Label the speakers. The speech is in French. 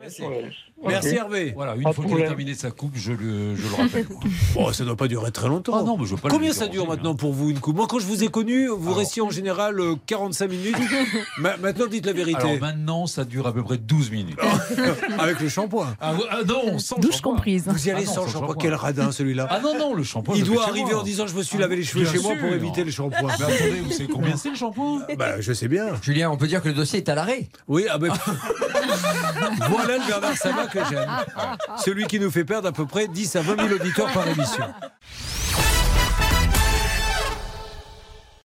Speaker 1: Merci.
Speaker 2: Ouais.
Speaker 1: Merci
Speaker 2: Ok.
Speaker 1: Hervé.
Speaker 3: Voilà, une
Speaker 2: Pas de
Speaker 3: fois qu'il a
Speaker 2: problème.
Speaker 3: terminé sa coupe, je le, je le rappelle. moi.
Speaker 1: Oh, ça ne doit pas durer très longtemps.
Speaker 3: Ah non, mais je veux pas le
Speaker 1: Combien ça
Speaker 3: déranger,
Speaker 1: dure
Speaker 3: mais-
Speaker 1: maintenant pour vous une coupe Moi, quand je vous ai connu, vous
Speaker 3: Alors-
Speaker 1: restiez en général euh, 45 minutes. Ma- maintenant, dites la
Speaker 3: Alors
Speaker 1: vérité.
Speaker 3: maintenant, ça dure à peu près 12 minutes.
Speaker 1: Oh. Avec le shampoing.
Speaker 3: Ah, ouais, ah non, on sent le
Speaker 4: Douche
Speaker 3: shampoing.
Speaker 4: comprise.
Speaker 1: Vous y allez
Speaker 3: Ah non,
Speaker 1: sans
Speaker 3: sans
Speaker 1: shampoing.
Speaker 3: shampoing.
Speaker 1: Quel radin celui-là.
Speaker 3: Ah non, non, le shampoing.
Speaker 1: Il
Speaker 3: je le
Speaker 1: doit
Speaker 3: fais chez
Speaker 1: arriver
Speaker 3: moi.
Speaker 1: en disant Je me suis
Speaker 3: Ah,
Speaker 1: lavé les cheveux
Speaker 3: bien
Speaker 1: chez moi pour
Speaker 3: sûr.
Speaker 1: éviter le shampoing.
Speaker 3: Mais attendez, vous savez combien c'est le shampoing
Speaker 1: bah, je sais bien.
Speaker 5: Julien, on peut dire que le dossier est à l'arrêt.
Speaker 1: Oui, ah ben. voilà
Speaker 3: Ah.
Speaker 1: le Bernard Sabat que j'aime. Celui qui nous fait perdre à peu près 10 à 20 000 auditeurs par émission.